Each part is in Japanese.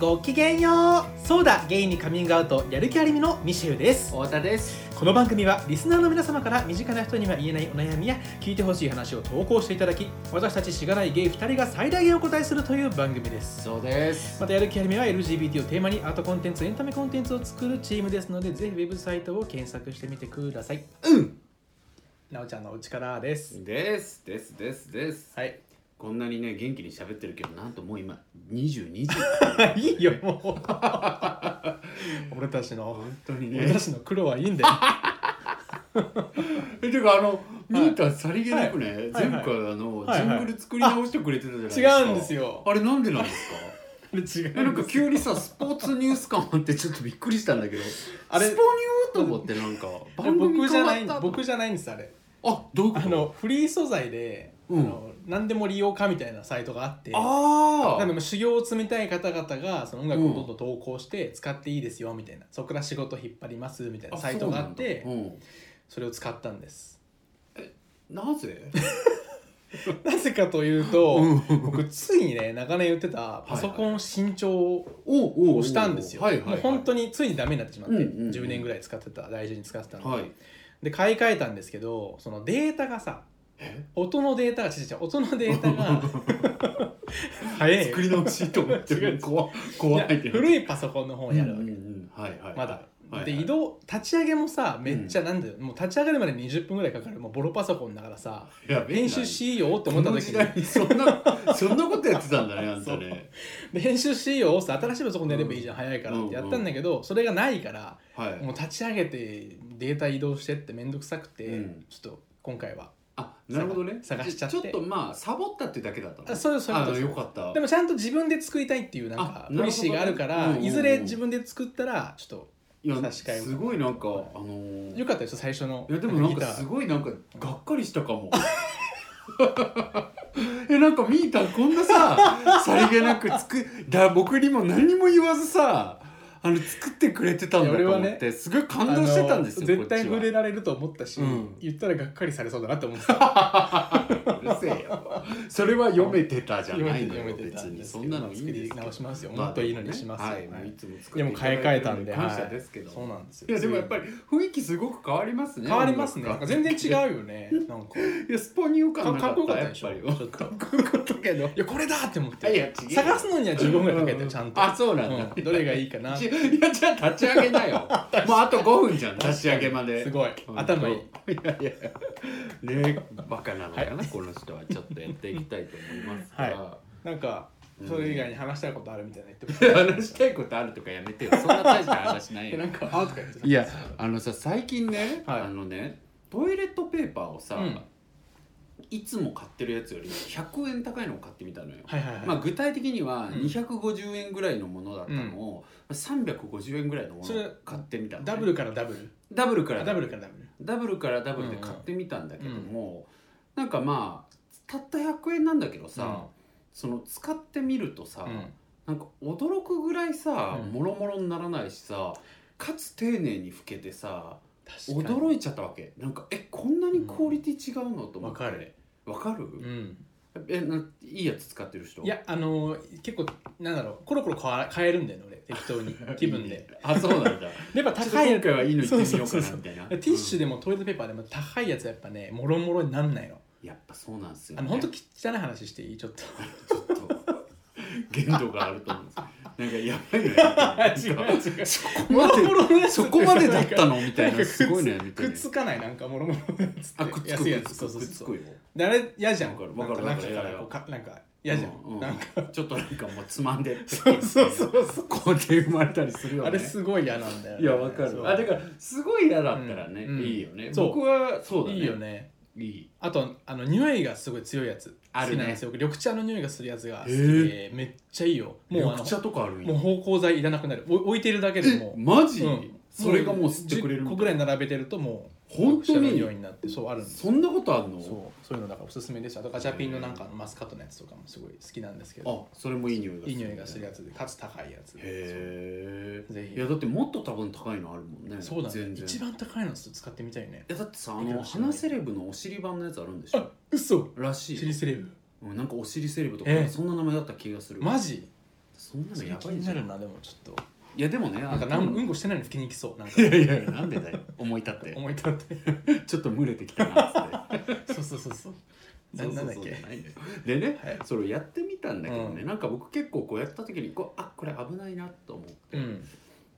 ごきげんようそうだゲイにカミングアウトやる気ありみのミシェルです太田ですこの番組はリスナーの皆様から身近な人には言えないお悩みや聞いてほしい話を投稿していただき私たちしがないゲイ2人が最大限お答えするという番組ですそうですまたやる気ありみは LGBT をテーマにアートコンテンツエンタメコンテンツを作るチームですのでぜひウェブサイトを検索してみてくださいうんなおちゃんのお力ですですですですですはいこんなにね元気に喋ってるけどなんともう今22時 いいよもう俺たちの本当に俺たねちの苦労はいいんだよえてかあのミータさりげなくねはい前回あのはいジはいングル作り直してくれてたじゃないです違かうんですよあれなんでなんですか違うえなんか急にさスポーツニュース感あってちょっとびっくりしたんだけどあれスポニューと思ってなんか番組僕じゃない変わった僕じゃないんですあれあどういうこあとのフリー素材で、うんあの何でも利用かみたいなサイトがあってあなーんでもう修行を積みたい方々がその音楽をどんどん投稿して使っていいですよみたいな、そこから仕事引っ張りますみたいなあサイトがあってそうなんだそれを使ったんです うんなぜなぜかというと、うん僕ついにね長年言ってたパソコン新調おうおうをしたんですよ、はいはいはい、もう本当についにダメになってしまって、うんうんうん10年ぐらい使ってた大事に使ってたので、はいで買い替えたんですけどそのデータがさえ音のデータが違う違う音のデータが 早いよ作り直しと思って違う違るう怖怖いっていや古いパソコンの方をやるわけ、うんうんうんはいはいまだ、はいで移動立ち上げもさめっちゃなんだよ、もう立ち上がるまで20分ぐらいかかるもうボロパソコンだからさ編集しようとと思ったこの時時に代にそんなそんなことやってたんだねあんたねで編集しようさ新しいパソコンでやればいいじゃん、早いからってやったんだけど、それがないからはいもう立ち上げてデータ移動してって面倒くさくて、うんちょっと今回はあなるほどね探しちゃってょっとまあサボったってだけだったのあそうですそうですあよかったでもちゃんと自分で作りたいっていうなんかあなるほどねポリシーがあるからうんうんうんいずれ自分で作ったらちょっいや差し替えをすごいなんかあのーとよかったですよ最初のいやでもなんかギタすーごいなんかがっかりしたかも えなんかみーたんこんなささりげなくつくだ僕にも何も言わずさあの作ってくれてたんだいやと俺は思ねって、すごい感動してたんですよあの絶対こっ触ちれられると思ったし、うん言ったらがっかりされそうだなって思 ってたはうるせえよ それは読めてたじゃないの読めよてた別んでにすけそどんなのいいんです作り直しますよまあもっといいのにしますよはい、はいいつも作っでもていた買いだ替えてたるんで感謝ですけど、はいそうなんですよいやでもやっぱり雰囲気すごく変わりますね変わりますね音なん楽かが全然違うよねなんかいやスポニュー感なかかっこよかったでしょやっぱりちょっとこういうことけどいやこれだって思っいやて違う探すのには15分ぐらいかけてちゃんとあそうなんだ、うんどれがいいかなち いやじゃあ立ち上げなよ もうあと5分じゃん立ち上げまですごい頭いいいやいやねバカなのかな、はこの人はちょっとやっていきたいと思いますが、はなんかそれ以外に話したいことあるみたいな言ってまし話したいことあるとかやめてよそんな大した話ないた よなんかあーとか言ってたいやあのさ最近ね、はいあのねトイレットペーパーをさ、うんいつも買ってるやつより100円高いのを買ってみたのよ、はいはいはい、まあ、具体的にはうん250円ぐらいのものだったのを、350円ぐらいのもそのれを買ってみたのね、ダブルからダブルダブルからあダブルからダブルダブルからダブルで買ってみたんだけども、なんかまあたった100円なんだけどさ、その使ってみるとさ、うんなんか驚くぐらいさうんもろもろにならないしさかつ丁寧に拭けてさ確かに驚いちゃったわけなんかえこんなにクオリティ違うの、と思ってわかるわかる、うんえないいやつ使ってる人いやあのー結構なんだろうコロコロ変わ変えるんだよね俺適当 に気分であそうなんだ やっぱちょっと高いや今つ回はいいの言ってみようそかうそうなそうみたいなティッシュでもトイレットペーパーでも高いやつはやっぱねもろもろになんないのうんやっぱそうなんですよ、あね、の本当汚い話していいちょっ とちょっ と限度があると思うんですなんかやばいねなんか 違う違うそこまでもろもろのやつそこまでだったののみたいなすごいねみたくいっなつかないなんかもろもろのやつってあくっつ安くいくやっつつくそうそうくっつそくうよであれ嫌じゃんわかるなんかわかる中からこうかなんか嫌じゃん、ううなんかちょっとなんかもうつまんでってそうそうそうそうこうで生まれたりするよねあれすごい嫌なんだよね、いやわかそるうあだからすごい嫌だったらね、うんいいよねそう僕はそうだねいいよねいいあとあの匂いがすごい強いやつあるね好きなんですよ僕緑茶の匂いがするやつが好きへでめっちゃいいよもうあ緑の茶とかあるんもやう芳香剤いらなくなるお置いてるだけでもえマジ、うんそれがもう吸ってくれる10個ぐらい並べてるともう本当に緑茶の匂いになってそうあるんですそんなことあるのそうそういうのだからおすすめですよあとガチャピンのなんかあのマスカットのやつとかもすごい好きなんですけどあそれもいい匂いがいい匂いがするやつつでかつ高いやつでへそうぜえひいやだってもっと多分高いのあるもんねそうだね全然一番高いのちょっと使ってみたいねいやだってさあいいかのもしれない花セレブのお尻版のやつあるんでしょ嘘らしシいリよセレブうんなんかお尻セレブとかええそんな名前だった気がするマジそんなそのれや気ばいにじゃなんるなでもちょっといやでもねなんかあのなんうんこしてないのに気に行きそうなんかいやいやいやなんでだよ思い立って思い立ってちょっと群れてきたなっつって そうそうそうそうななんだっけそうそうそうじゃないんだよでね、はいそれをやってみたんだけどね、うんなんか僕結構こうやった時にこうあこれ危ないなと思って、ん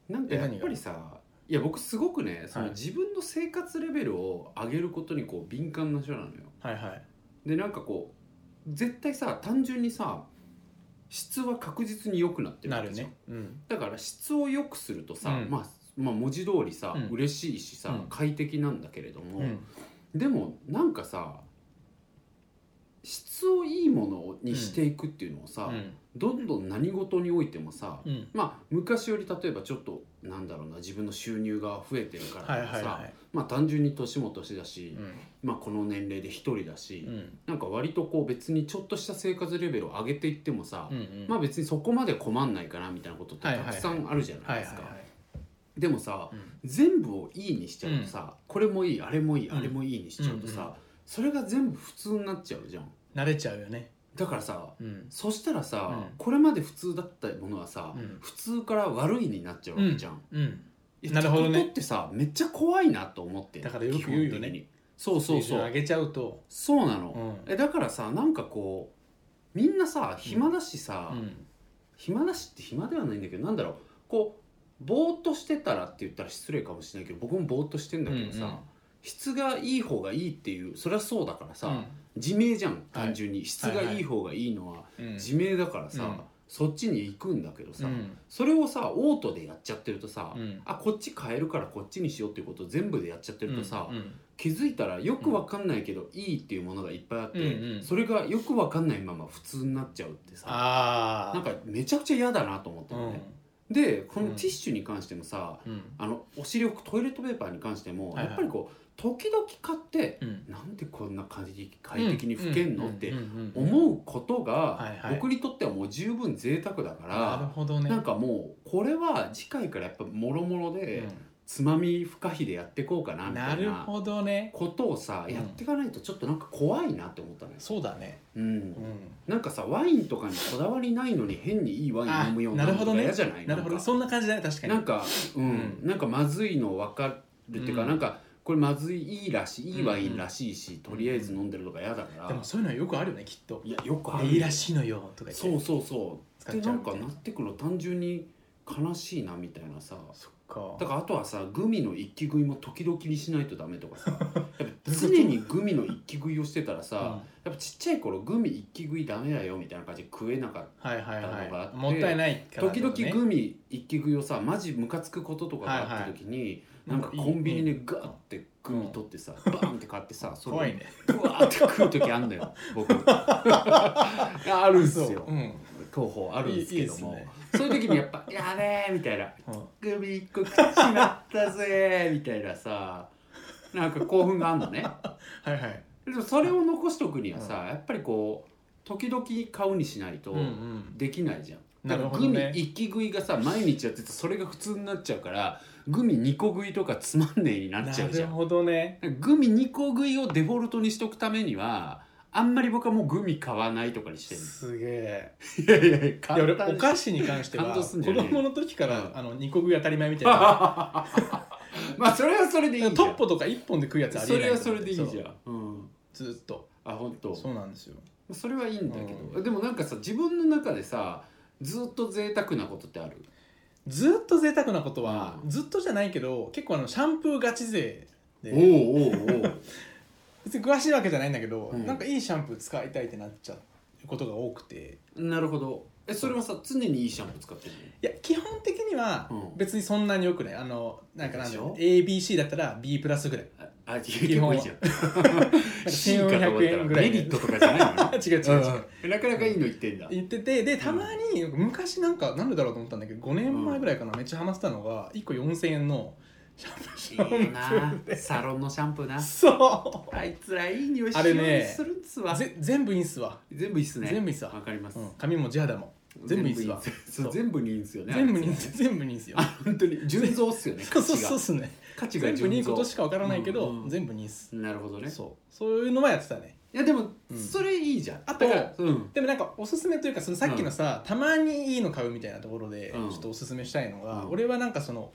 なんかえやっ何がぱりさいや僕すごくねそのはい自分の生活レベルを上げることにこう敏感な人なのよはいはいでなんかこう絶対さ単純にさ質は確実に良くなってるなわけるじゃんねうんだから質を良くするとさ、うんまあまあ文字通りさ、うん嬉しいしさ、うん快適なんだけれども、うんでもなんかさ質をいいものにしていくっていうのをさ、うんどんどん何事においてもさ、うんまあ昔より例えばちょっとなんだろうな自分の収入が増えてるからとかはいさ、はいはいまあ単純に年も年だし、うんまあこの年齢で一人だし、うんなんか割とこう別にちょっとした生活レベルを上げていってもさ、うんうんまあ別にそこまで困んないかなみたいなことってはたいはいはいくさんあるじゃなはいいではすか。いはいでもさ、うん全部をいいにしちゃうとさ、これもいいあれもいい、うんあれもいいにしちゃうとさ、うんうんそれが全部普通になっちゃうじゃん慣れちゃうよねだからさうんそしたらさ、うんこれまで普通だったものはさ、うん普通から悪いになっちゃうわけじゃん、うんいやなるほどね人ってさめっちゃ怖いなと思ってだからよく言うよね基本的にそうそうそ上うげちゃうとそうなの、うんえだからさなんかこうみんなさ暇だしさ、うん暇だしって暇ではないんだけどなんだろうこうぼーっとしてたらって言ったら失礼かもしれないけど僕もぼーっとしてんだけどさ、うんうん質がいい方がいいっていうそれはそうだからさ、うん自明じゃん単純に、質がいい方がいいのはうん自明だからさ、うんそっちに行くんだけどさ、うんそれをさオートでやっちゃってるとさ、うんあこっち変えるからこっちにしようっていうことを全部でやっちゃってるとさ、うんうん気づいたらよくわかんないけど、いいっていうものがいっぱいあって、うんうんそれがよくわかんないまま普通になっちゃうってさああなんかめちゃくちゃ嫌だなと思ったのね、でこのティッシュに関してもさ、うんあのお尻置くトイレットペーパーに関しても、はいはいやっぱりこう時々買ってうんうんなんでこんな快適快適に拭けんのってうんうんうん思うことはいがはい僕にとってはもう十分贅沢だかなるら。ほどねなんかもうこれは次回からやっぱもろもろでつまみ不可避でやっていこうかなうんみなたいるなほどねことをさうんやっていかないとちょっとなんか怖いなって思ったのよ、そうだねうんう、んなんかさワインとかにこだわりないのに変にいいワイン飲むようになあなるるほのどがね嫌じゃないなるほどんかそんな感じだね確かになんか、うん、うなんかまずいの分かるっていうか、うんなんかこれまずいいいらしいいいワイうんンらしいし、とりあえず飲んでるのが嫌だから、でもそういうのはよくあるよねきっといやよくあるいいらしいのよとか言ってそうそうそう使でっちゃなうんかなってくるの単純に悲しいなみたいなさそっかだからあとはさグミの一気食いも時々にしないとダメとか さやっぱ常にグミの一気食いをしてたらさ、うんやっぱちっちゃい頃グミ一気食いダメだよみたいな感じで食えなかったはいはいのがあはっいてもったいないから時々グミ一気食いをさマジムカつくこととかがあった時に、なんかコンビニでガーってグミ取ってさ、バーンって買ってさそ怖れいねブワーって食う時あんだよ 僕あるんすようん東宝あるんですけどもいいいいっそういう時にやっぱ「やべえ」みたいなうん「グミ一個食っちまったぜ」 みたいなさなんか興奮があんのねはいはいでもそれを残しとくにはさ、やっぱりこう時々買うにしないと、うんうんできないじゃん。なるほどねだからグミ一気食いがさ毎日やっててそれが普通になっちゃうからグミ2個食いとかつまんねえになっちゃなうじるゃん。ほどねグミ2個食いをデフォルトにしとくためにはあんまり僕はもうグミ買わないとかにしてすげえる。いやいやいやいや俺簡単お菓子に関しては感子動すんだよね供の時から、うんあの2個食い当たり前みたいな まあそれはそれでいいじゃん。トッポとか1本で食うやつありそえなれいはとそ思れってでいいじゃん。うん。そうずっとあ本当。そうなんですよそれはいいんだけど、でもなんかさ自分の中でさずっと贅沢なことってある。ずっと贅沢なことは、うんずっとじゃないけど結構あのシャンプーガチ勢おでうおうおう。別に詳しいわけじゃないんだけど、うんなんかいいシャンプー使いたいってなっちゃうことが多くて なるほどえそれはさ常にいいシャンプー使ってるいや基本的にはうん別にそんなによくないあのなんかなんだろうで ABC だったら B プラスぐ らいのああ基結本構はいいじゃん 1400円ぐらいメリットとかじゃないのね違う違う違う、うんなかなかいいの言ってんだ言っててでたまに昔なんかなんでだろうと思ったんだけど5年前ぐらいかな、めっちゃハマってたのが1個4000円のシャンプーシャンプいいよなー でサロンのシャンプーなそあいつらいい匂いしあよれうねにするんすわうぜ全部いいんすわ、全部いいっすね全部いいっすわわかりますうん、髪も地肌も全部いいっす全わ部いいっすそう全部にいいんすよね全部にあいつらね全部にいいんすよあ本当に純増っすよねそうそうそうっ口すね価値が全部2純位こと増しかわからないけど、うんうん全部2っす、なるほどねそうそういうのはやってたねいやでも、うんそれいいじゃんあだからうんでもなんかおすすめというかそのさっきのさ、たまにいいの買うみたいなところでちうょんっとおすすめしたいのが、うん俺はなんかその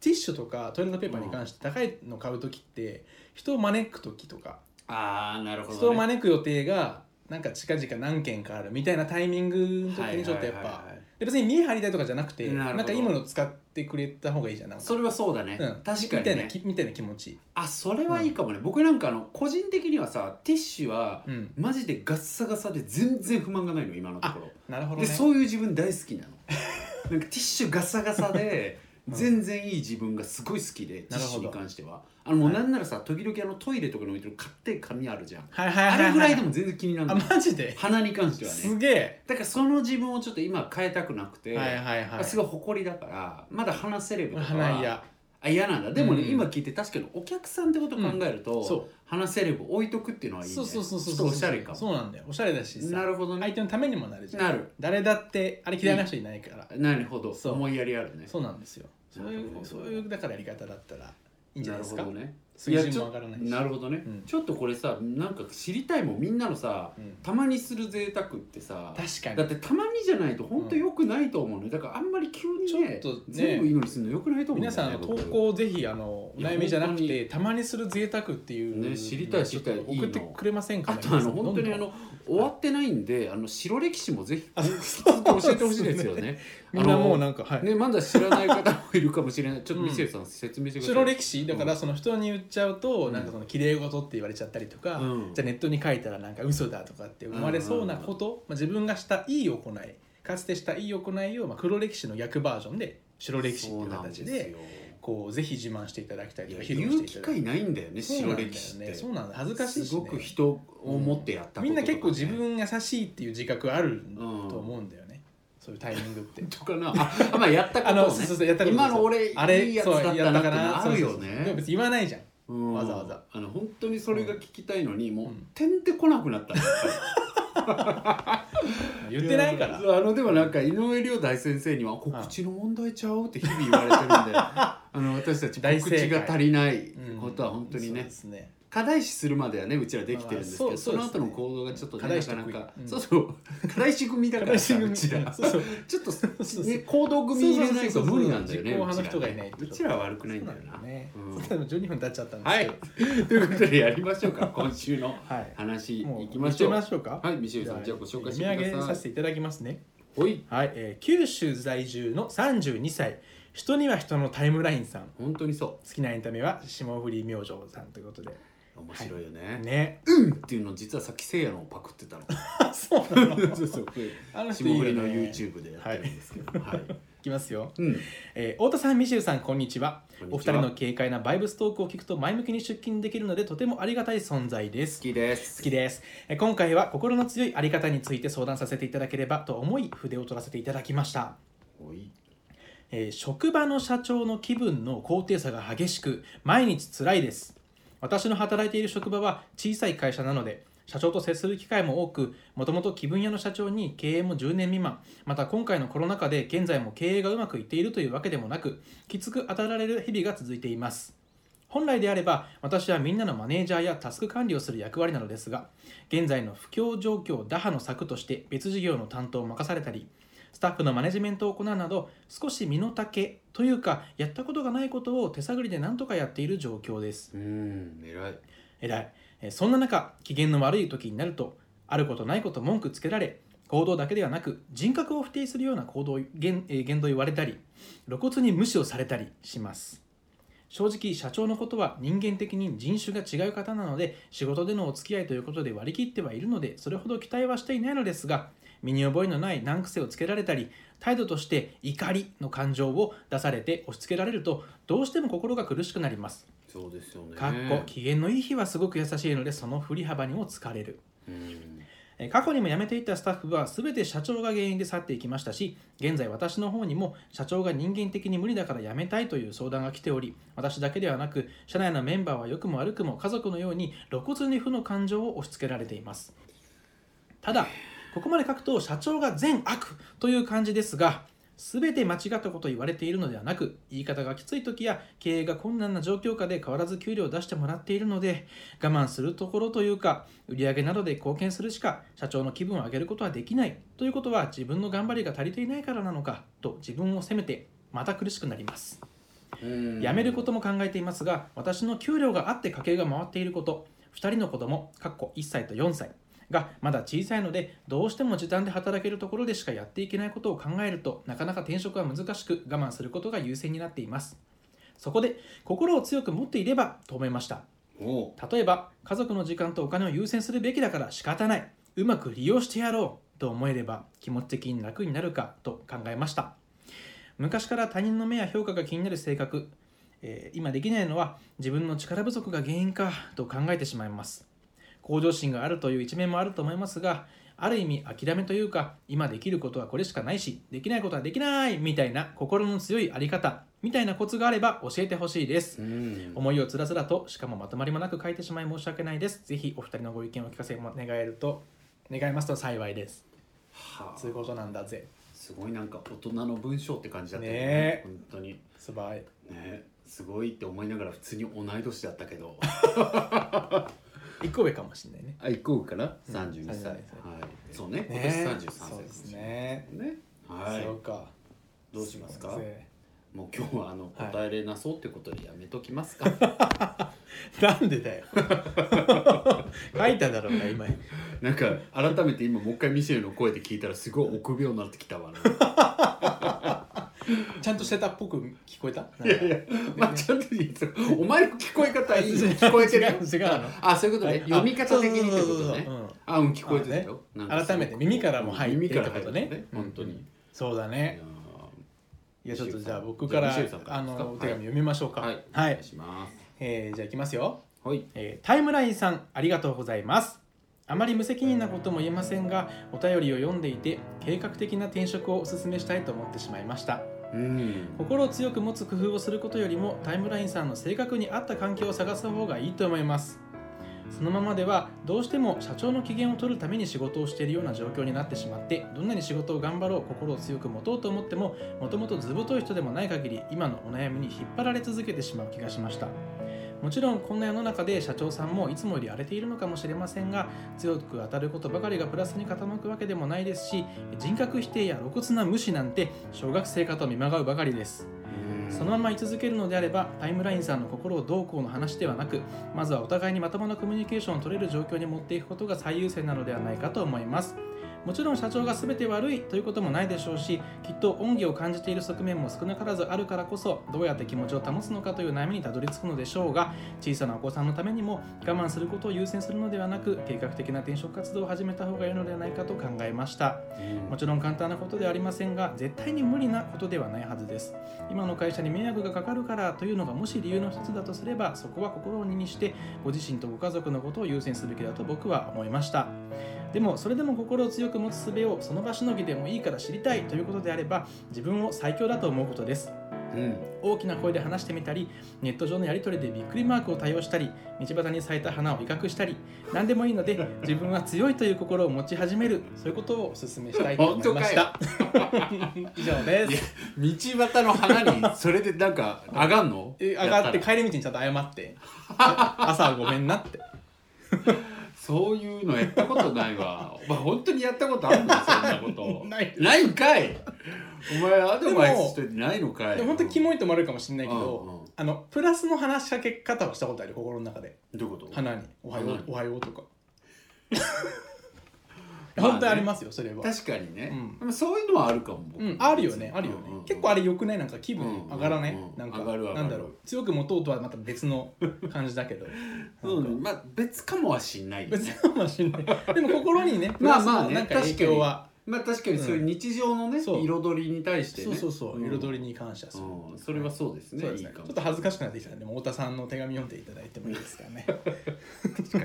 ティッシュとかトイレットペーパーに関して高いの買う時って人を招く時とか、ああなるほど、ね、人を招く予定がなんか近々何件かあるみたいなタイミングの時にちょっとやっぱ、はいはいはいはいで別に見え張りたいとかじゃなくてなるなほどんかいいものを使ってくれた方がいいじゃんなんかそれはそうだね、うん確かみにたいなねきみたいな気持ち、あそれはいいかもね、僕なんかあの個人的にはさティッシュはうん、マジでガッサガサで全然不満がないの今のところ、なるほどでねそういう自分大好き なのなんかティッシュガサガサでうん全然いい自分がすごい好きでティなッるほシどュに関してはあのもうはいなんならさ時々あのトイレとかに置いてる買って紙あるじゃんはいはいあはい、はい、れぐらいでも全然気にならあないマジで鼻に関してはすねげえ、だからその自分をちょっと今変えたくなくて、はいはいはあすいごい誇りだからまだ話せればとかは花屋あ嫌なんだでもね、うん今聞いて確かにお客さんってことを考えると、そ話せれば置いとくっていうのはういいねそうそうそうそうちょっとおしゃれかもそうなんだよおしゃれだしなさるほどね相手のためにもなるじゃんなる誰だってあれ嫌いな人いないから、なるほどそう思いやりあるねそうなんですよそういなるほうどそういうだからやり方だったらいいんじゃないですかなるほどね数字も上がらないしなるほどね、うんちょっとこれさなんか知りたいもんみんなのさうんたまにする贅沢ってさ確かだっにてたまにじゃないと本当良くないと思うのよだからあんまり急にねちょっとね全部いいのにするの良くないと思うん皆ださよんねあの投僕稿ぜひあのおいや悩みじゃなく本当てたまにする贅沢っていうね知りたい知りたいちょっと送ってくれませんかあねとあの本当にあの終わってないんであの白歴史もぜひ教えてほしいですよね。みんなもうあのなんかはいねまだ知らない方もいるかもしれない。 ちょっとミシェルさん説明してください。白歴史だからその人に言っちゃうとうんなんかその綺麗事って言われちゃったりとかうんじゃあネットに書いたらなんか嘘だとかって思われそうなことまあ自分がしたいい行いかつてしたいい行いをまあ黒歴史の逆バージョンで白歴史っていう形そうなんですよこうぜひ自慢していただきたいいとやか披露言しうてい機ただき会ないんだよねたいそう白なんだよ歴史っねて。そうなんだ恥ずかしいしねすごく人を持ってやったこととかねみんな結構自分優しいっていう自覚あると思うんだよね、そういうタイミングってとかなあまあやったこあとのをそうねそうそうやったこと今の俺いあれいやつだったなってのあるよそうそうそうでもね。別に言わないじゃんうんわざわざあの本当にそれが聞きたいのにもううん点で来なくなったのやっぱり言ってないからやあのでもなんか井上涼大先生には「告知の問題ちゃう?」って日々言われて るんであの私たち大正告解知が足りないうんことは本当にそうねですね課題視するまではねうちらできてるんですけど、まあそそうのそうです後ねの行動がちょっとね課題な視かなか得意うんそうそう課題視組だからさうちらそうそうちょっとそうそうね行動組入れないそとうそうそう無理なんだよね実行う派のちら人がいないとうちらは悪くないんだよそうなねうんそう12分経っちゃったんですはけいどということでやりましょうか今週のはい、話もういきましょう行っちゃいましょうかはいミシェルさんじゃあご紹介してえー見く上だげささいせていただきますねほいはい、えー九州在住の32歳人には人のタイムラインさん本当にそ好きなエンタメは霜降り明星さんということでう面白いよね、 ねうんっていうの実はさっきせいやのをパクってたの そうなのそうそうあの人い 霜いよ降ねりの YouTube でやってるんですけどはい、いきますよ、うんえー太田さんミシェルさんこんにちはこんおに二ち人はの軽快なバイブストークを聞くと前向きに出勤できるのでとてもありがたい存在です好きです好きですえー今回は心の強いあり方について相談させていただければと思い筆を取らせていただきましたおいえー職場の社長の気分の高低差が激しく毎日つらいです私の働いている職場は小さい会社なので社長と接する機会も多くもともと気分屋の社長に経営も10年未満また今回のコロナ禍で現在も経営がうまくいっているというわけでもなくきつく当たられる日々が続いています本来であれば私はみんなのマネージャーやタスク管理をする役割なのですが現在の不況状況打破の策として別事業の担当を任されたりスタッフのマネジメントを行うなど少し身の丈というかやったことがないことを手探りで何とかやっている状況ですうん偉いえらいえーそんな中機嫌の悪い時になるとあることないこと文句つけられ行動だけではなく人格を否定するような行動言えー言動を言われたり露骨に無視をされたりします正直社長のことは人間的に人種が違う方なので仕事でのお付き合いということで割り切ってはいるのでそれほど期待はしていないのですが身に覚えのない難癖をつけられたり態度として怒りの感情を出されて押し付けられるとどうしても心が苦しくなりますそうですよねかっこ機嫌のいい日はすごく優しいのでその振り幅にも疲れるうんえー過去にも辞めていったスタッフは全て社長が原因で去っていきましたし現在私の方にも社長が人間的に無理だから辞めたいという相談が来ており私だけではなく社内のメンバーは良くも悪くも家族のように露骨に負の感情を押し付けられていますただここまで書くと社長が善悪という感じですが全て間違ったことを言われているのではなく言い方がきつい時や経営が困難な状況下で変わらず給料を出してもらっているので我慢するところというか売上などで貢献するしか社長の気分を上げることはできないということは自分の頑張りが足りていないからなのかと自分を責めてまた苦しくなりますうん辞めることも考えていますが私の給料があって家計が回っていること2人の子供かっこ1歳と4歳がまだ小さいのでどうしても時短で働けるところでしかやっていけないことを考えるとなかなか転職は難しく我慢することが優先になっていますそこで心を強く持っていればと思いましたおう例えば家族の時間とお金を優先するべきだから仕方ないうまく利用してやろうと思えれば気持ち的に楽になるかと考えました昔から他人の目や評価が気になる性格、えー今できないのは自分の力不足が原因かと考えてしまいます向上心があるという一面もあると思いますがある意味諦めというか今できることはこれしかないしできないことはできないみたいな心の強いあり方みたいなコツがあれば教えてほしいですうん思いをつらつらとしかもまとまりもなく書いてしまい申し訳ないですぜひお二人のご意見をお聞かせも願えると願いますと幸いですはあそういうことなんだぜすごいなんか大人の文章って感じだったよねねえ本当にすばいねすごいって思いながら普通に同い年だったけ ど一個上かもしれないねあ行こうかなうん32歳、 32歳はい、そうね今ね年33歳そうですねねねはそういかどうしますかそうでもう今日はあのはい答えれなそうってことでやめときますか、すねなんでだよ 書いただろうが今なんか改めて今もう一回ミシェルの声で聞いたらすごい臆病になってきたわ、 ね、ちゃんとしてたっぽく聞こえたなんかいやいやまあちゃんといいですお前の聞こえ方いい 聞こえてるよ違う違うのあそういうことねあ読み方的にってそうこそうとそうねそううんあうん聞こえてたよ、ねなんかすごく改めて耳からも入って耳から入ってることね本当に、うんそうだねいやちょっとじゃあ僕かじゃらあミシェルさんからあですかのお手紙読みましょうかはい、はおい願いしますえーじゃあいきますよはいえータイムラインさんありがとうございますあまり無責任なことも言えませんがお便りを読んでいて計画的な転職をお勧めしたいと思ってしまいましたうん心を強く持つ工夫をすることよりもタイムラインさんの性格に合った環境を探す方がいいと思いますそのままではどうしても社長の機嫌を取るために仕事をしているような状況になってしまってどんなに仕事を頑張ろう心を強く持とうと思ってももともと図太い人でもない限り今のお悩みに引っ張られ続けてしまう気がしましたもちろんこんな世の中で社長さんもいつもより荒れているのかもしれませんが強く当たることばかりがプラスに傾くわけでもないですし人格否定や露骨な無視なんて小学生かと見まがうばかりですそのまま居続けるのであればタイムラインさんの心をどうこうの話ではなくまずはお互いにまともなコミュニケーションを取れる状況に持っていくことが最優先なのではないかと思いますもちろん社長が全て悪いということもないでしょうしきっと恩義を感じている側面も少なからずあるからこそどうやって気持ちを保つのかという悩みにたどり着くのでしょうが小さなお子さんのためにも我慢することを優先するのではなく計画的な転職活動を始めた方が良いのではないかと考えましたもちろん簡単なことではありませんが絶対に無理なことではないはずです今の会社に迷惑がかかるからというのがもし理由の一つだとすればそこは心を鬼にしてご自身とご家族のことを優先すべきだと僕は思いましたでもそれでも心を強く持つ術をその場しのぎでもいいから知りたいということであれば自分を最強だと思うことですうん大きな声で話してみたりネット上のやり取りでびっくりマークを多用したり道端に咲いた花を威嚇したり何でもいいので自分は強いという心を持ち始めるそういうことをお勧めしたいと思いました。 以上です。道端の花 にそれでなんか上がんのえ上がってやたら帰り道にちゃんと謝 って朝はごめんなってそういうのやったことないわお前本当にやったことあるのそんなことないないんかいお前アドバイスしといてないのかいでも本当にキモいともあるかもしれないけうんうんどあのプラスの話しかけ方はしたことある心の中でどういうこと花に「おはよ花うに」おはようとかまあね 本当にありますよそれは確かにね、うんでもそういうのはあるかも、うん、あるよねあるよね、結構あるれよくないなんか気分上がらね、うんうんうんなんか上がる上がるなんだろう強く持とうとはまた別の感じ だけどそうねなんかまあ別かもはしんないよね別かもし れないでも心にねプまあラスまあのねなんか影響は、まあ確かにそういう日常のね、そう彩りに対してそねうそうそう、ん彩りに感謝する、うんそれはそうですねそうでいすいねかもちょっと恥ずかしくなってきたんでもう太田さんの手紙読んでいただいてもいいですか ね確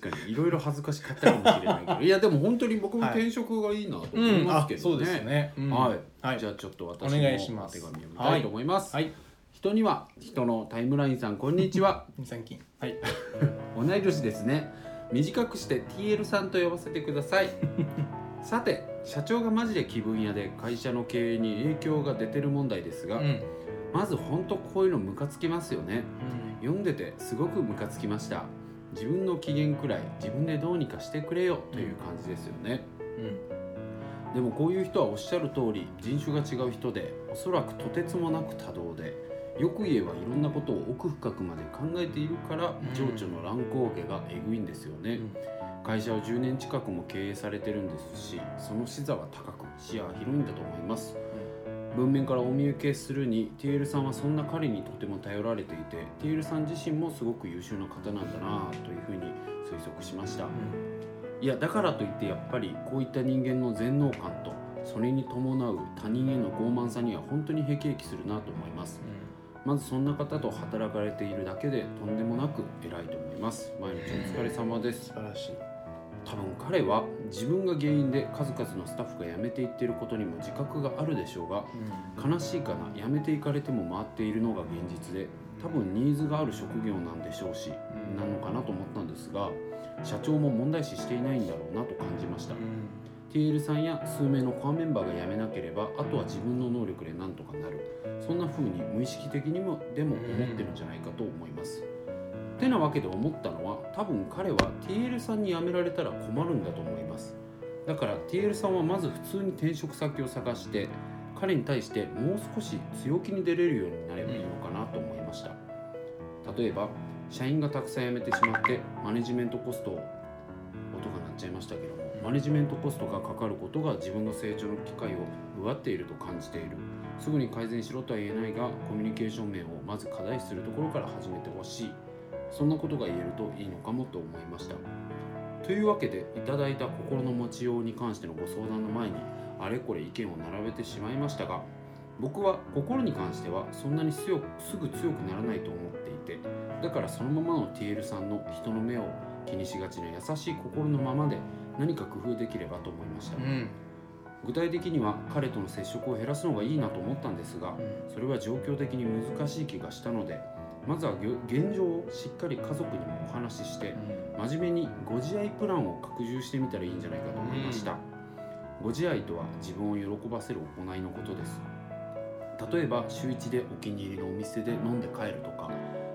かにいろいろ恥ずかしかったかもしれないけど いやでも本当に僕も転職がいいなと思いますけどね、そうですよね、うんはい、はいじゃあちょっと私お願いします手紙読みたいと思います、はい人には人のタイムラインさんこんにちは二三金はい 同い年ですね短くして TL さんと呼ばせてくださいさて社長がマジで気分屋で会社の経営に影響が出てる問題ですうが、んうんまず本当こういうのムカつきますよね読んでてすごくムカつきました自分の機嫌くらい自分でどうにかしてくれよという感じですよね、うんでもこういう人はおっしゃる通り人種が違う人でおそらくとてつもなく多動でよく言えばいろんなことを奥深くまで考えているからうん情緒の乱高下がえぐいんですよね、会社を10年近くも経営されてるんですしその視座は高く視野は広いんだと思います、文面からお見受けするに TL さんはそんな彼にとても頼られていて TL さん自身もすごく優秀な方なんだなというふうに推測しましたいやだからといってやっぱりこういった人間の全能感とそれに伴う他人への傲慢さには本当に辟易するなと思いますまずそんな方と働かれているだけでとんでもなく偉いと思います毎日お疲れ様です素晴らしい多分彼は自分が原因で数々のスタッフが辞めていっていることにも自覚があるでしょうが悲しいかな辞めていかれても回っているのが現実で多分ニーズがある職業なんでしょうしなのかなと思ったんですが社長も問題視していないんだろうなと感じました TL さんや数名のコアメンバーが辞めなければあとは自分の能力でなんとかなるそんな風に無意識的にもでも思ってるんじゃないかと思います。てなわけで思ったのは多分彼は TL さんに辞められたら困るんだと思いますだから TL さんはまず普通に転職先を探して彼に対してもう少し強気に出れるようになればいいのかなと思いました例えば社員がたくさん辞めてしまってマネジメントコストを音が鳴っちゃいましたけどもマネジメントコストがかかることが自分の成長の機会を奪っていると感じているすぐに改善しろとは言えないがコミュニケーション面をまず課題視するところから始めてほしいそんなことが言えるといいのかもと思いましたというわけでいただいた心の持ちように関してのご相談の前にあれこれ意見を並べてしまいましたが僕は心に関してはそんなに強くすぐ強くならないと思っていてだからそのままの TL さんの人の目を気にしがちな優しい心のままで何か工夫できればと思いましたうん具体的には彼との接触を減らすのがいいなと思ったんですがそれは状況的に難しい気がしたのでまずはぎょ現状をしっかり家族にもお話しして真面目にご自愛プランを拡充してみたらいいんじゃないかと思いました、ご自愛とは自分を喜ばせる行いのことです例えば週1でお気に入りのお店で飲んで帰るとか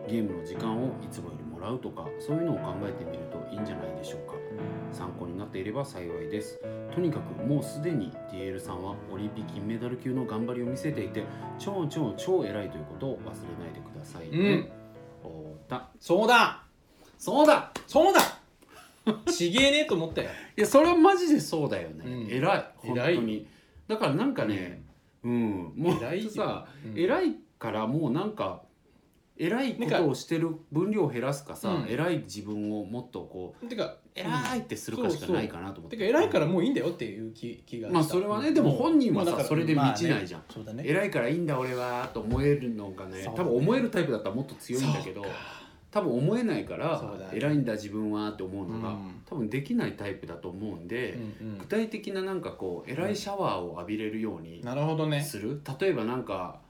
ゲームの時間をいつもよりもらうとかそういうのを考えてみるといいんじゃないでしょうか参考になっていれば幸いですとにかくもうすでに DL さんはオリンピック金メダル級の頑張りを見せていて超超超偉いということを忘れないでくださいね、太田そうだそうだそう だちげえねえと思ったよいやそれはマジでそうだよね、うん偉い本当偉いにだからなんかねうん、もう偉いよさ、うん偉いからもうなんか偉いことをしてる分量を減らすかさうん偉い自分をもっとこうてか偉いってするかしかないかなと思ってて、か偉いからもういいんだよっていう気気がしたまあそれはねでも本人はさまあだからそれで満ちないじゃんまあねそうだね偉いからいいんだ俺はと思えるのがねそう多分思えるタイプだったらもっと強いんだけどそうか多分思えないかそうらだね偉いんだ自分はって思うのが、うん多分できないタイプだと思うんで、うん具体的ななんかこう偉いシャワーを浴びれるよううにんなるほどねする、例えばなんか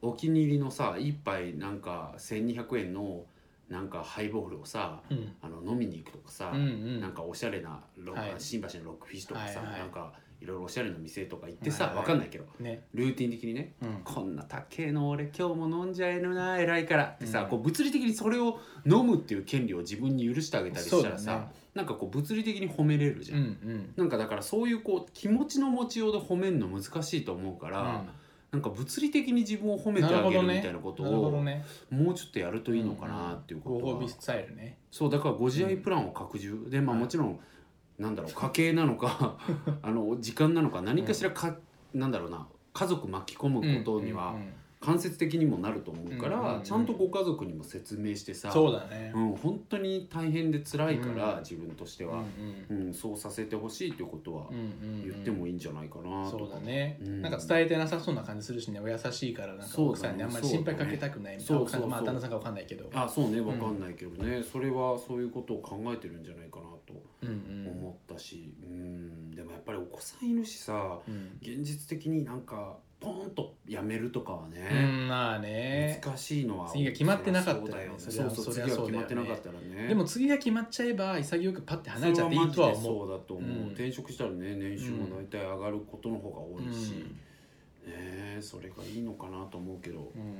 お気に入りのさ一杯なんか1200円のなんかハイボールをさうんあの飲みに行くとかさ、うんうんなんかおしゃれなロッ、はい新橋のロックフィッシュとかさ、はいはいなんかいろいろおしゃれな店とか行ってさ、はいはいわかんないけどねルーティン的にねうんこんな高えの俺今日も飲んじゃえるな偉いからってさ、うんこう物理的にそれを飲むっていう権利を自分に許してあげたりしたらそうだねさ、なんかこう物理的に褒めれるじゃうんん、うんなんかだからそういうこう気持ちの持ちようで褒めるの難しいと思うから、なんか物理的に自分を褒うんめてなるあほげどるねみたいなことなるほどをねもうちょっとやるといいのかなっていうこごとは、褒美スタイルねそうだからご自愛うんプランを拡充でまあはいもちろんなんだろう家計なの かあの時間なのか何かしらか、なんだろうな家族巻き込むことにはうんうんうん間接的にもなると思うから、うんうんうんちゃんとご家族にも説明してさそうだねうん、本当に大変で辛いから、うん自分としてうんうは、んうんそうさせてほしいということはうんうんうん言ってもいいんじゃないかなとか、そうだね、うんなんか伝えてなさそうな感じするしねお優しいからなんかそうだね奥さんにあんまりそうだ心ね配かけたくないみたいそうそうな奥さんがまあそう旦那さんかわかんないけどあそうねわかんないけどね、それはそういうことを考えてるんじゃないかなとうん思ったし、うん、でもやっぱりお子さんいるしさうんうん現実的になんかポンと辞めるとかはうね、んまあね難しいのは次が決まってなかったらねそうだよねそうそうそりゃ次がそう決だまよってなかったらねでも次が決まっちゃえば潔くパッてそ離れれちゃっていいとは思うマジでそうだと思う、うん転職したらね年収も大体上がることの方が多いし、ねえそれがいいのかなと思うけど、っうんうん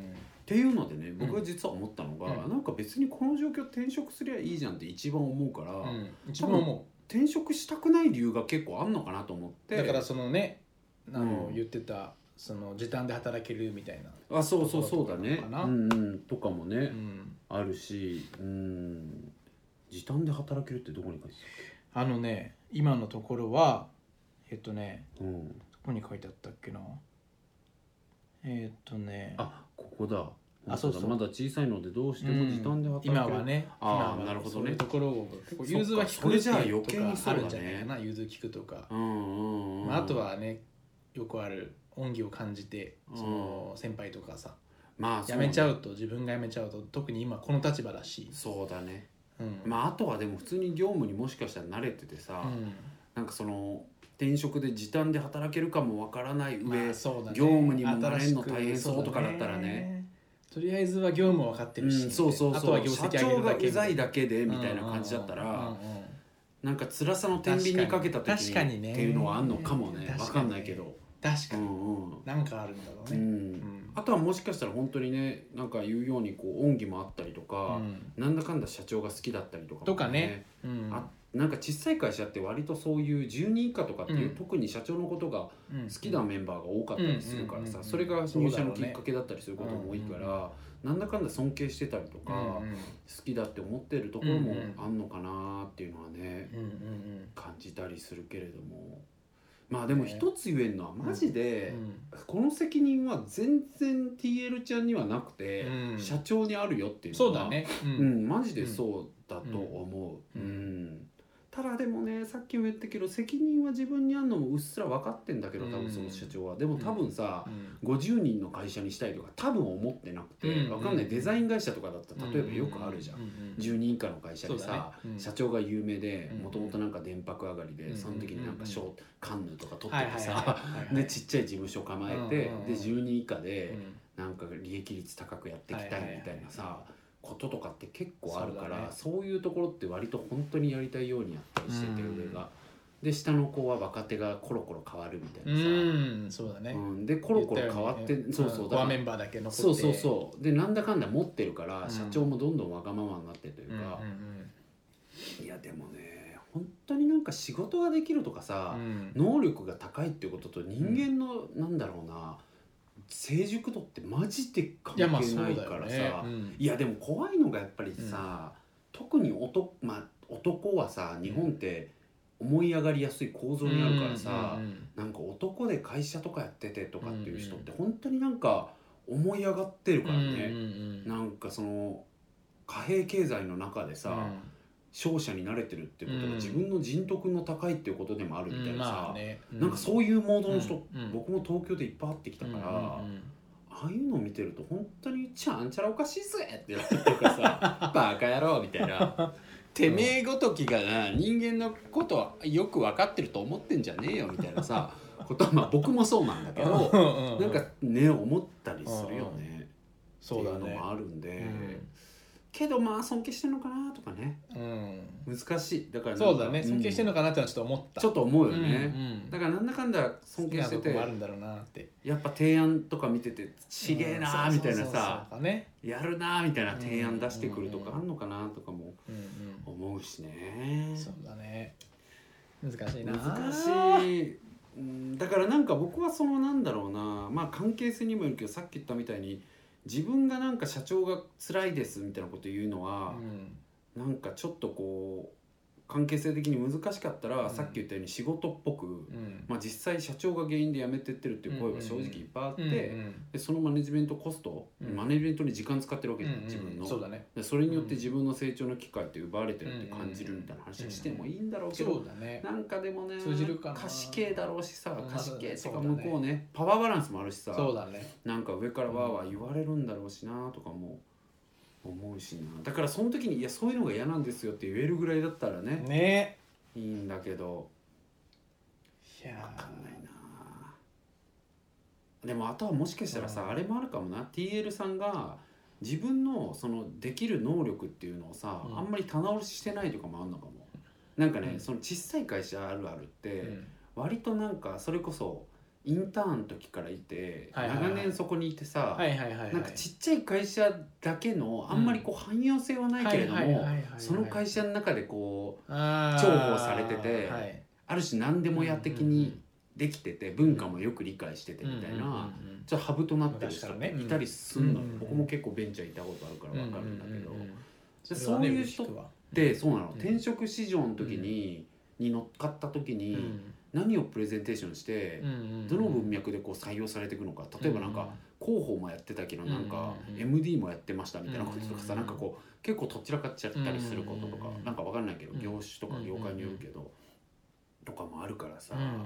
ていうのでね僕は実は思ったのが、うんなんか別にこの状況転職すりゃいいじゃんって一番思うから、うん一番思転職したくない理由が結構あんのかなと思っうてだからそのねあの、うん言ってたその時短で働けるみたいな、あそうそうそうだねとかなうんうんとかもね、うん、あるしうん時短で働けるってどこに書いてあのね今のところはえっとねた、うん、どこに書いてあったっけなえっとねあここだあそうそう本当だまだ小さいのでどうしても時短で働ける、今はねあー今はなるほどねそういうところを結構融通はそっ聞かくそれじゃあっていう余計にとかあるんそうだねじゃないかな融通聞くとか、うんうんうんまあ、あとはねよくある恩義を感じてその先輩とかさまあ辞めちゃううと自分が辞めちゃうと特に今この立場だし、そうだねうんまああとはでも普通に業務にもしかしたら慣れててさ、うんなんかその転職で時短で働けるかもわからない上、まあそうだね業務にも慣れんの新しく大変そうとかだったらねそうとりあえずは業務分かってうるん、し、そうそうあとそはう業社績上げ長るがだけうざいだけでけみたいな感じだったら、うんうんうんうんなんか辛さの天秤にかけた時確かに確かにねっていうのはあんのかもね確かにねわかんないけど、確うかにんうん何かあるんだろううね、ん、あとはもしかしたら本当にねなんか言うようにこう恩義もあったりとうか、んなんだかんだ社長が好きだったりとかも、とかねうんあなんか小さい会社って割とそういう10人以下とかっていう、うん特に社長のことがうん好きなメンバーが多かったりするからうんうんうんうさんそれが入社のきっかけだったりすることも多いかそうだろらなんだかんだ尊敬してたりとうかんうん好きだって思ってるところもあんのかなっていうのはねうんうん感じたりするけれどもまあでも一つ言えるのはマジうんうでんこの責任は全然 TL ちゃんにはなくてうん社長にあるよっていうのそはうだね、ううんん、マジでそうだと思う、ううんんうんただでもねさっきも言ったけど責任は自分にあるのもうっすら分かってんだけど多うん分その社長はでも多分さう、ん50人の会社にしたいとか多分思ってなくて、うん分かんなういんデザイン会社とかだったら例えばよくあるじゃん、ううう10人以下の会社でそうださ、ねうん社長が有名でうんもともとなんか電泊上がりで、うんその時になんか賞、うカンヌとか取っはいてはいてはいさ、はいはいでちっちゃい事務所構えて、うんうんうんで10人以下うで、んなんか利益率高くやっていきたいみたいなさ、はいはこととかって結構あるからそう,、そいうところって割と本当にやりたいようにやったりしてて、うん上が。で下の子は若手がコロコロ変わるみたいなさ、うんそうだね、うんでコロコロ変わって、そうそうだだアかメらンバーだけ残ってそうそうそうでなんだかんだ持ってるから、うん社長もどんどんわがままになってといううんうんか、いやでもね本当になんか仕事ができるとかうさ、ん能力が高いってことと人間の、なんだろうな成熟度ってマジで関い係やまあそうないだかよらさ、ねうんいやでも怖いのがやっぱりさ、特に男,、まあ、男はさ日本って思い上がりやすい構造にあるからさ、うんうんなんか男で会社とかやっててとかっていう人ってう本当になんか思い上がってるからね、うんうんうんなんかその貨幣経済の中でさ、勝者に慣れてるってことうんが自分の人徳の高いっていうことでもあうるんみたいなさ、まあねなんかそういうモードの人、うんうん僕も東京でいっぱい会ってきたから。うんうんああいうのを見てると本当にちゃんちゃらおかしいぜってなってるから さバカ野郎みたいなてめえごときがな人間のことはよく分かってると思ってんじゃねえよみたいな さことはまあ僕もそうなんだけどうんうんなんかね思ったりするよねってそいうだうのねもあるんで、けどまあ尊敬してんのかなとかねうんうん難しいだからなんそかうだね尊敬してんのかなってのはちょっと思っうんたちょっと思うようんね、うんだからなんだかんだ尊敬して好きなとこもあるてんだろうなってやっぱ提案とか見ててちげえなーみたいなさ、うんそうそうそうそうねやるなーみたいな提案出してくるとかあんのかなとかもうん思うしねうんそうだね難しいな難しいうんだからなんか僕はそのなんだろうなまあ関係性にもよるけどさっき言ったみたいに自分がなんか社長が辛いですみたいなこと言うのうは、んなんかちょっとこう関係性的に難しかったら、うんさっき言ったように仕事っぽく、うんまあ、実際社長が原因で辞めてってるっていう声は正直いっぱいあって、うんでそのマネジメントコスト、うんマネジメントに時間使ってるわうけんじゃん、うん自分の。そうだねでそれによって自分の成長の機会って奪われてるって感じるみたいな話はしてもいいんだろうけど、そうだねなんかでもね通じるかな貸し系だろうしさうん貸し系とそうかだね向こうねパワーバランスもあるしさそうだねなんか上からわーわー言われるんだろうしなとかも思うしなだからその時に「いやそういうのが嫌なんですよ」って言えるぐらいだったらねねいいんだけどいやわかんないなでもあとはもしかしたらさ、うんあれもあるかもな TL さんが自分のそのできる能力っていうのをさ、うんあんまり棚卸ししてないとかもあるのかもなんかね、うんその小さい会社あるあるって、うん割となんかそれこそインターンの時からいて、はいはいはい長年そこにいてさ、はいはいはいはいなんかちっちゃい会社だけのあんまりこう汎用性はないけれども、はいはいはいはいはいその会社の中でこうあー重宝されててはいある種何でもや的にできてて文化もよく理解しててみたいな、うんうんうんちょっとハブとなってる人昔からねうんいたりすんの、うん僕も結構ベンチャーいたことあるから分かるんだけど、うんうんうんでうんれはそうねいう人よく聞くわでそうなの、うん転職市場の時に、に乗っかった時うに、ん何をプレゼンテーションして、うんうんどの文脈でこう採用されていくのか例えばなんか、広報もやってたけどなんかうんうんうん MD もやってましたみたいなこととかさうんなうんんうんかこう結構とっちらかっちゃったりすることとかうんうんうんなんかわかんないけどうん業種とか業界によるけどとかもあるからさうん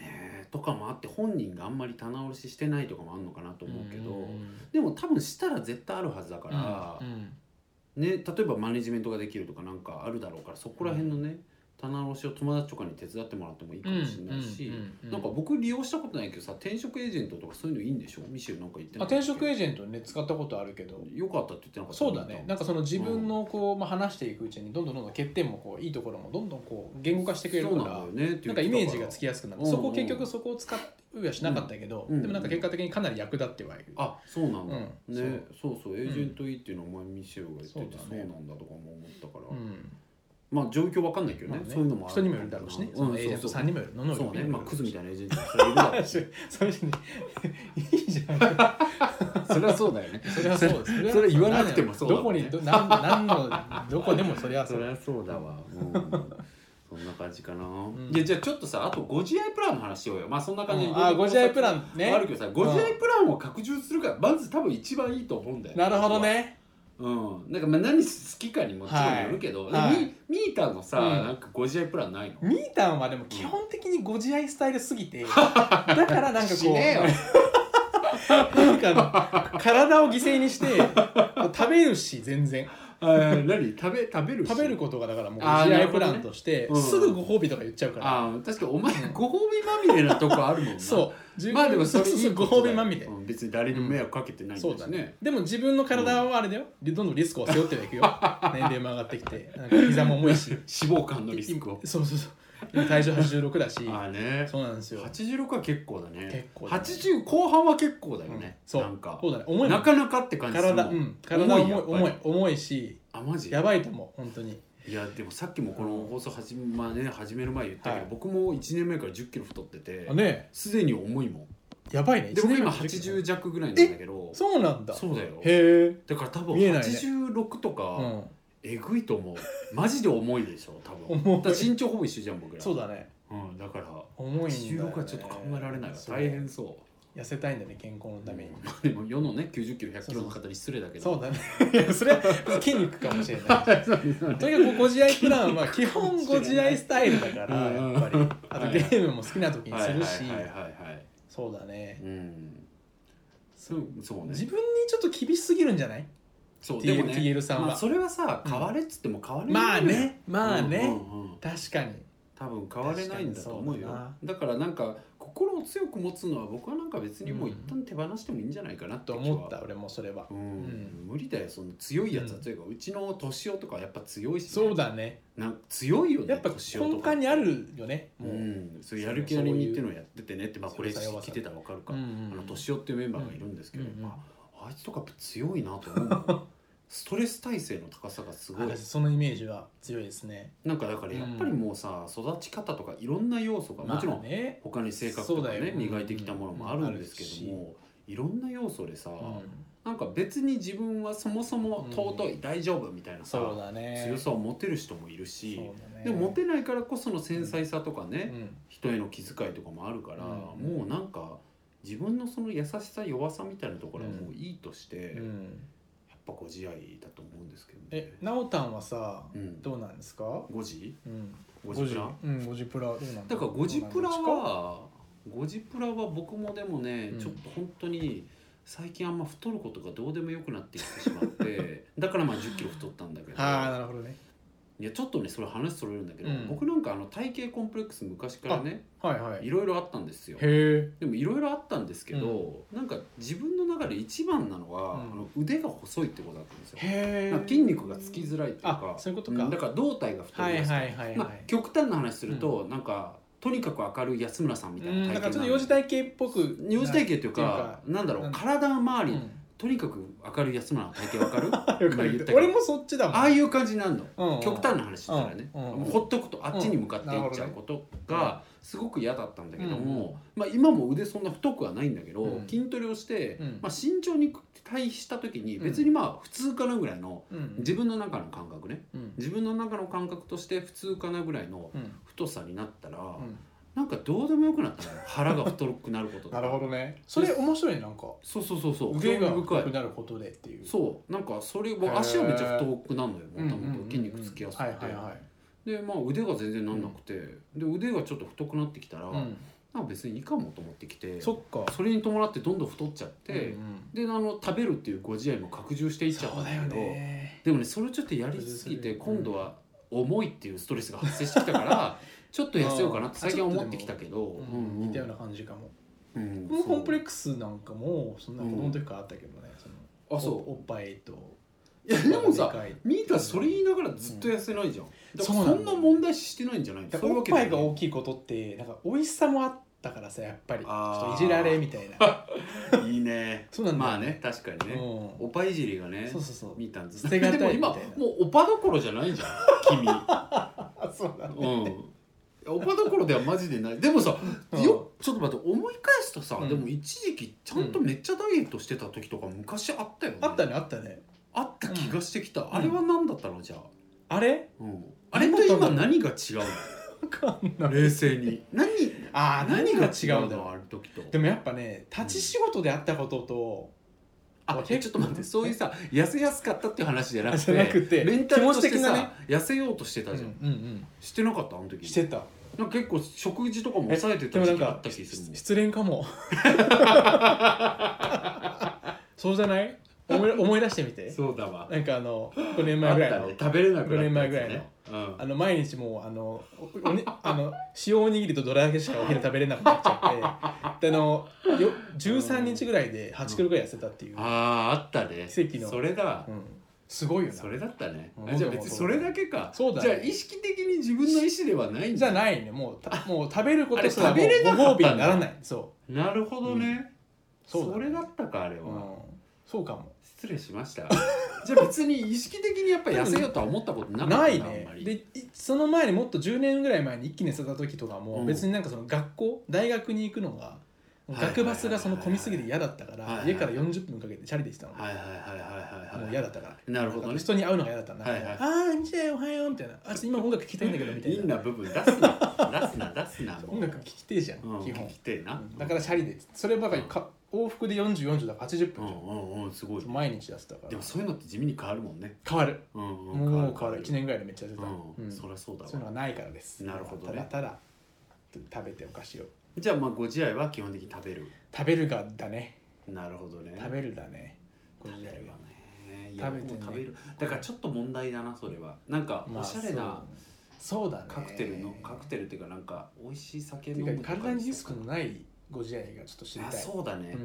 ねえとかもあって本人があんまり棚卸ししてないとかもあるのかなと思うけんどんんでも多分したら絶対あるはずだからうんうんね例えばマネジメントができるとかなんかあるだろうからそこら辺のね棚卸しを友達とかに手伝ってもらってもいいかもしれないし。うんなんか僕利用したことないけどさ転職エージェントとかそういうのいいんでしょミシェルなんか言ってあない転職エージェントね使ったことあるけどよかったって言ってなかったそうだねなんかその自分のこう、まあ、話していくうちにどんどんどんどん欠点もこういいところもどんどんこう言語化してくれるからそなうなんだよねって言っんかてたイメージがつきやすくなって、うんうんそこ結局そこを使うはしなかったけど、うんでもなんか結果的にかなり役立ってはいる、あそうなんだ、うんねそうそうエージェントいいっていうのを前ミシェルが言っててそそうう,、だねなんだとかも思ったから、うんまあ状況わかんないけどね,、まあねそういうのもある人にもよるだろうしね、そのエージェントさんにももよるの能力そうねまあクズみたたいいなエージェントそれいるだろうしそれいいじゃんそれはそうだよ ねそれはそうですそれそれ言わなくてもそうだどこにど何何のどこでもそれはそそうりゃそうだわ、うんそんな感じかな、んでじゃあちょっとさあとご自愛プランの話しようよまあそんな感じで、あご自愛プランねあるけどさご自愛プランを拡充するがまず多分一番いいと思うんだよなるほどねうんなんかまあ何好きかにもちろんよるけど、はいでミミータのさ、うんなんかご自愛プランないのミータンはでも基本的にご自愛スタイルすぎ てだからなんかしこねえようなんか体を犠牲にして食べるし全然あー 何食べ食べるし食べることがだからもうごあー自な愛るプほどラねンとして、うんすぐご褒美とか言っちゃうからあー確かにお前ご褒美まみれなとこあるもんなそうまあでもそれいそうそういごこと褒だ美よまみれ、うん別に誰にも迷惑かけてないんだしそうだ ねでも自分の体はあれだよ、どんどんリスクを背負ってはいくよ年齢も上がってきてなんか膝も重いし脂肪肝のリスクをそうそうそう今体重86だしああねそうなんですよ86は結構だね結構だね80後半は結構だよね、うんそうなんかそうだね重いもなんかなかって感じするも体んうん体重い重いやっぱり重い重いしあマジやばいと思う本当にいやでもさっきもこの放送始,、まあね、始める前言ったけど、はい僕も1年前から1 0キロ太っててあねすでに重いもやばいねんで僕一年今前80弱ぐらいなんだけどそうなんだそうだよへえだから多分見えないね86とか、うんえぐいと思うマジで重いでしょ多分重いだから身長ほぼ一緒じゃん僕らそうだねうん、だから重いんだよね86はちょっと考えられないわそう大変そう痩せたいんだね健康のためにまあでも世のね90キロ100キロの方に失礼だけどそうだね いやそれは筋肉かもしれないとにかくご自愛プランは基本ご自愛スタイルだからうんやっぱりあとゲームも好きな時にはすいはいるはいしはいはいそうだねうんそうそうね自分にちょっと厳しすぎるんじゃないそうでも TL ね、 TL さんまあ、はそれはさ変われっつっても変われまなあいのよねまあうねんうんうん確かに多分変われないんだと思うよ確かだからなんか心を強く持つのは僕はなんか別にもううん一旦手放してもいいんじゃないかなってと気は思った俺もそれはうん、ん無理だよその強いやつはうんというか、うちの年男とかはやっぱ強いし、そうだねなんか強いよねやっぱ年根男とか幹にあるよねうもう、ん、そういうやそのる気ありみっていうのをやっててねってまあそういこれう強さ弱さ聞いてたらわかるか、うんうんあの年寄っていうメンバーがいるんですけど、うんうんまあ、あいつとかやっぱ強いなと思う のストレス耐性の高さがすごい私そのイメージは強いですねなんかだからやっぱりもうさ、育ち方とかいろんな要素がもちろまあんね他に性格とかそうだねよ磨いてきたものもあるんですけどうんも、いろんな要素でさ、うんなんか別に自分はそもそも尊い、大丈夫みたいなさそうだね強さを持てる人もいるし、そうだねでも持てないからこその繊細さとかね、うん人への気遣いとかもあるから、うんもうなんか自分のその優しさ弱さみたいなところはもういいとして、やうっんぱご自愛だと思うんですけどね。えなおたんはさうん、どうなんですか5時うん5時プランうん5時プラどうなんだから5時プラどうなんでは5時プラは僕もでもね、うんちょっと本当に最近あんま太る ことがどうでもよくなってきてしまってだからまあ1 0キロ太ったんだけすどかああなるほどねいやちょっとねそれ話それるんだけど、うん僕なんかあの体型コンプレックス昔からねはいはいいろいろあったんですよへでもいろいろあったんですけど、なんか自分の中で一番なのは、うんあの腕が細いってことだったんですよえへなんか筋肉がつきづらいっていうあかそういうことうかんだから胴体が太はいりはやいすいはいまはあい、極端な話すると、なんかとにかく明るい安村さんみたいなうん、だ体か型らちょっなとの幼児体系っぽく幼児体型っていうかなんだろうんう体周り、うんとにかく明るい安村の体 型わかるよく今言言っってたたけど俺もそっちだもんああいう感じになるの、うんうん極端な話したらね、うんうんもうほっとくとあっちに向かっていっちゃうことうんなるがすごく嫌だったんだけどうんも、まあ、今も腕そんな太くはないんだけど、うん筋トレをして、うんまあ、身長に対比した時にうん別にまあ普通かなぐらいのうん自分の中の感覚ねうん自分の中の感覚として普通かなぐらいのうん太さになったら、うなんかどうでもよくなったのよ腹が太くなることとんか なるほどねそれ面白いねなんかそうそうそうそう腕が興味深深いくなることでっていうそうなんかそれへーは足はめっちゃ太くなるのよんもとんんもとん筋肉つきやすくはていはいはいでまあ腕が全然なんなくて、で腕がちょっと太くなってきたら、うんなんか別にいいかもと思ってきてそっかそれに伴ってどんどん太っちゃって、うんうんであの食べるっていうご自愛も拡充していっちゃったそうんだだけよどねでもねそれちょっとやりすぎてうん今度は重いっていうストレスが発生してきたから ちょっと痩せようかなって最近は思ってきたけど、ううんんうん似たような感じかもうん僕もコンプレクックスなんかもそんな子供の時からあったけどねそのスあそうおっぱいといやでもさでかいミートはそれ言いながらずっと痩せないじゃん、だからそうそなんんだな問題視してないんじゃないだかそういらうわおっけじゃぱないいが大きいことってなんか美味しさもあったからさやっぱりちあーょっといじられみた いないいねそうなんだよまあね確かにうね、んおぱいじりがねそうそうそうミータンズ捨てがたいでも今みたいなもうおぱどころじゃないじゃん君あそうだねうんおぱどころではマジでないでもさうんよちょっと待って思い返すとさ、うんでも一時期ちゃんとめっちゃダイエットしてた時とか昔あったよね、あったねあったねあった気がしてきた、あれは何だったのじゃあ、あれうん、あれと今何が違わかんうのない冷静に何あー何が違うんだろうのある時とでもやっぱね立ち仕事であったことと、あちょっと待ってそういうさ痩せやすかったっていう話じゃなくじてゃなくてメンタルとして気持ち的なさ、ね痩せようとしてうたんうじゃん、んしてなかったあのうん、時してたなんか結構食事とかもえ抑えてでたもな時ん期あかった気するもん失恋か もそうじゃない思い思い出してみてそうだわなんかあの5年あ前っぐらいたの、ね食べれなくなった五年前ぐらいのやつねうんあの毎日もうあのおおにあの塩おにぎりとどら焼きしかお昼食べれなくなっちゃってであのよ13日ぐらいで8キロぐらい痩せたっていう、あーあったね奇跡のそれだうん、すごいよなそれだったねうんあじゃあ別にそれだけかそうだねじゃあ意識的に自分の意思ではないんじゃだないねもうたもう食べるこあとれすら食もべうれなかったんだご褒美にならないそなるほどねそうだねそれだったかあれう、はうん、そうかも失礼しました じゃあ別に意識的にやっぱ痩せようとは思ったことなかったんだないあんねまりでいその前にもっと10年ぐらい前に一気に痩せた時とかも、うん別になんかその学校大学に行くのがはいはいはい学バスがその混みすぎて嫌だったから、はいはい家から40分かけてチャリで行ってたの、はいはいはいはいはいはいもう嫌だったからなるほどね人に会うのが嫌だったな、はいはいああ見ておはようみたいなあちょっと今音楽聴きたいんだけどみたいいないな部分出すな出すな出すなもう 音楽聴きてえじゃん、うん基本聞きてえなだからチャリでそればかりか往復で4040だから80う分んじゃうんうんすごいん、毎日痩せたからでもそういうのって地味に変わるもんね変わるうんうんもう変わる1年ぐらいでめっちゃ痩せた、ううんんそそうりゃそうだいうわのがないからですなるほどねただただ食べてお菓子をじゃあまあご自愛は基本的に食べる食べるがだねなるほどね食べるだねこれ食ぐべらいるよはねいや食べてねもう食べるだからちょっと問題だなそれはなんかおしゃれなそうそうだねカクテルのカクテルっていうかなんか美味しい酒て飲いうむか体にリスクののないご自愛がちょっと知りあたいそうだねん、い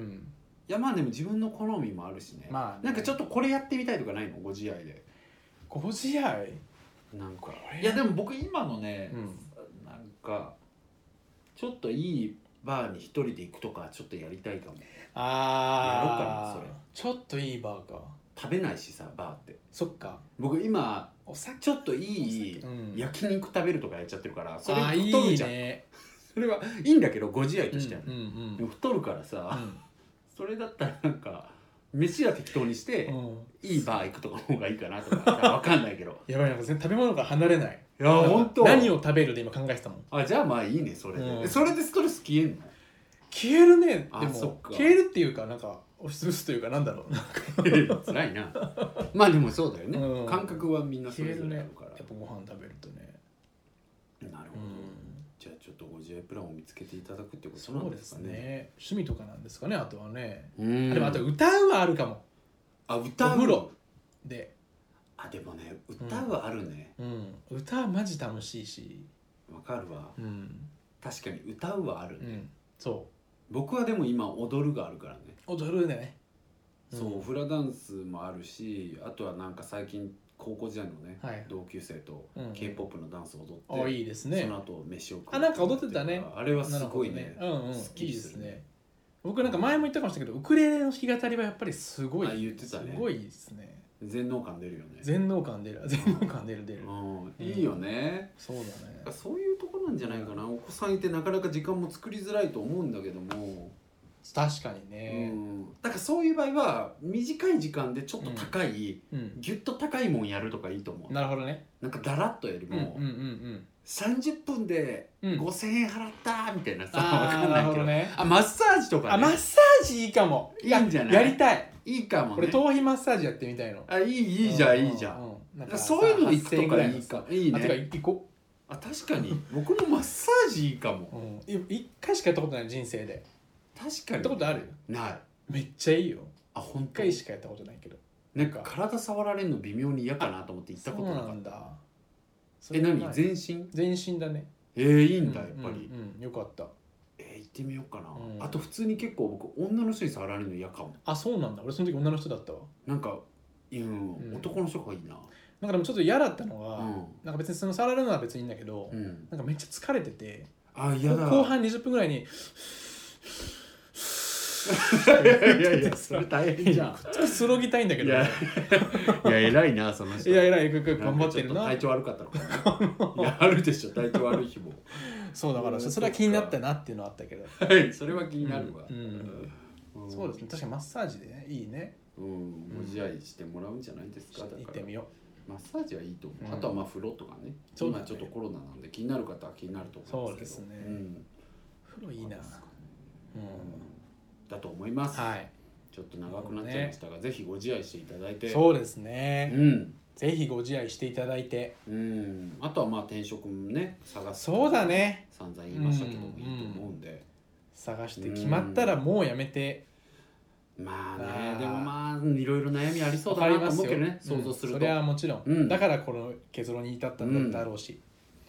やまあでも自分の好みもあるしねまあねなんかちょっとこれやってみたいとかないのご自愛でご自愛なんかれいやでも僕今のねうんなんかちょっといいバーに一人で行くとかちょっとやりたいかもあやろうかなそれちょっといいバーか食べないしさバーってそっか僕今お酒ちょっといいうん焼肉食べるとかやっちゃってるからそれあい太るいじゃんねそれはいいんだけどご自愛としてはねうんうんでも太るからうさんそれだったらなんか飯は適当にしてうんいいバー行くとかの方がいいかなとかわかんないけどやばいなんか全食べ物から離れ ないいや本当何を食べるで今考えてたもんあじゃあまあいいねそれで、うんえそれでストレス消えんの消えるねあでそもっか消えるっていうかなんか押し潰すというかなん だろうな辛い なまあでもそうだよね、うん感覚はみんなそ消えれぞるれあねるかやら、っぱご飯食べるとねなるほうど、んじゃあちょっとご自愛プランを見つけていただくってことなそんうでですすかねね趣味とかなんですかねあとはねうんあでもあと歌うはあるかもあ歌うお風呂であでもね歌はあるねうん、歌はマジ楽しいし、わ、かるわうん確かに歌うはあるうね、ん、そ僕はでも今踊るがあるからね、う踊るねそうフラダンスもあるしあとはなんか最近高校時代のね、はい同級生とうん k p o p のダンスを踊あって、いいですそねの後飯を食うあなんか踊ってたねあれはすごいねなるほどうんうんすっきいいりですするねね僕なんか前も言ったかもしれないけどウクレレの弾き語りはやっぱりすごいあ言ってたねすごいですね全能感出るよね全能感出る全能感出る出うるん、いいよね、そうだねそういうとこなんじゃないかなお子さんいてなかなか時間も作りづらいと思うんだけども、確かにうねん、だからそういう場合は短い時間でちょっと高い、うんぎゅっと高いもんやるとかいいと思うなるほどねなんかだらっとよりうんうんも、30分でうんうんうん5,000円払ったみたいなさ、わあかーんなないるほけどどねあマッサージとか、ね、あマッサージいいかもいいんじゃないやりたいいいかも俺ね頭皮マッサージやってみたいのあいいいいじゃんいいじゃん、んなんかそういうの行くとかいいかかいいあてかね行こあ確かに僕もマッサージいいかもううん一回しかやったことない人生で確かにやったことあるないめっちゃいいよあ本一当回しかやったことないけどなんか体触られるの微妙に嫌かなと思って行ったことなそうかなっんただそえれは何ない全身全身だねえー、いいんだやっぱり、うんうんうんよかったえー行ってみようかな、うんあと普通に結構僕女の人に触られるの嫌かもあそうなんだ俺その時女の人だったわなんかうん、うん男の人がいいななんかでもちょっと嫌だったのが、うんなんか別にその触られるのは別にいいんだけど、うんなんかめっちゃ疲れててあ嫌だ後半20分ぐらいにいやいやい やそれ大変じゃんこっちくつろぎたいんだけいどいややいや偉いなその人いや偉いよくよく頑張ってるんなかちょっと体調悪かったのか ないやあるでしょ体調悪い日もそうだからそそれは気になったなっていうのはあったけどはいそれは気になるわ、うんうんそうですね確かにマッサージでねいいねうん、ご自愛してもらうんじゃないですか、だ行っかてらみよマッサージはいいと思う、うんあとはまあ風呂とかねそうだ今ねちょっとコロナなんで気になる方は気になると思うんですけどそうですねんう風呂いいなそうですかねううんだと思います、んはいちょっと長くなっちゃいましたが、ぜひご自愛していただいてそうですうねんぜひご自愛していただいてうんあとはまあ転職もね探すそうだね散々言いましたけども、うんいいと思うんで探して決まったらもうやめてまああねーでもまあいろいろ悩みありそうだなわかりとます思うよけどねう想ん像するそと、れはもちろうんんだからこの結論に至ったんだろうし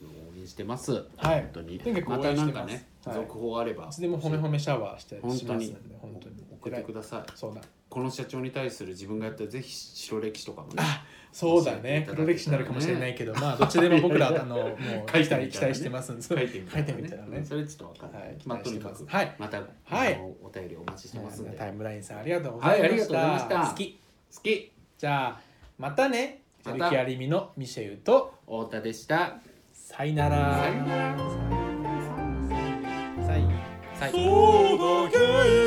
応援してます本はい当にとにかくま応た援なしんてかますね、はい続報あればいつでも褒め褒めシャワーしてしま本す当のでに本当に送ってくださいそうだこの社長に対する自分がやったぜひ白歴史とかもねそうだね教えていただけたらね黒歴史になるかもしれないけど まあどっちでも僕いやらいやあのもう書いてみ期たら待ね期待してますんで書いてみた書らいねてみたらねそれちょっとわかんない、はいまあとにか期待してく、ますはいまた、はいあのお便りお待ちしてますんで、タイムラインさんありがとうございました,、はいありがとうございました好き好きじゃあまたねまセたルキアリミのミシェウと太田でしたさよならさよならさよならさよそうだけ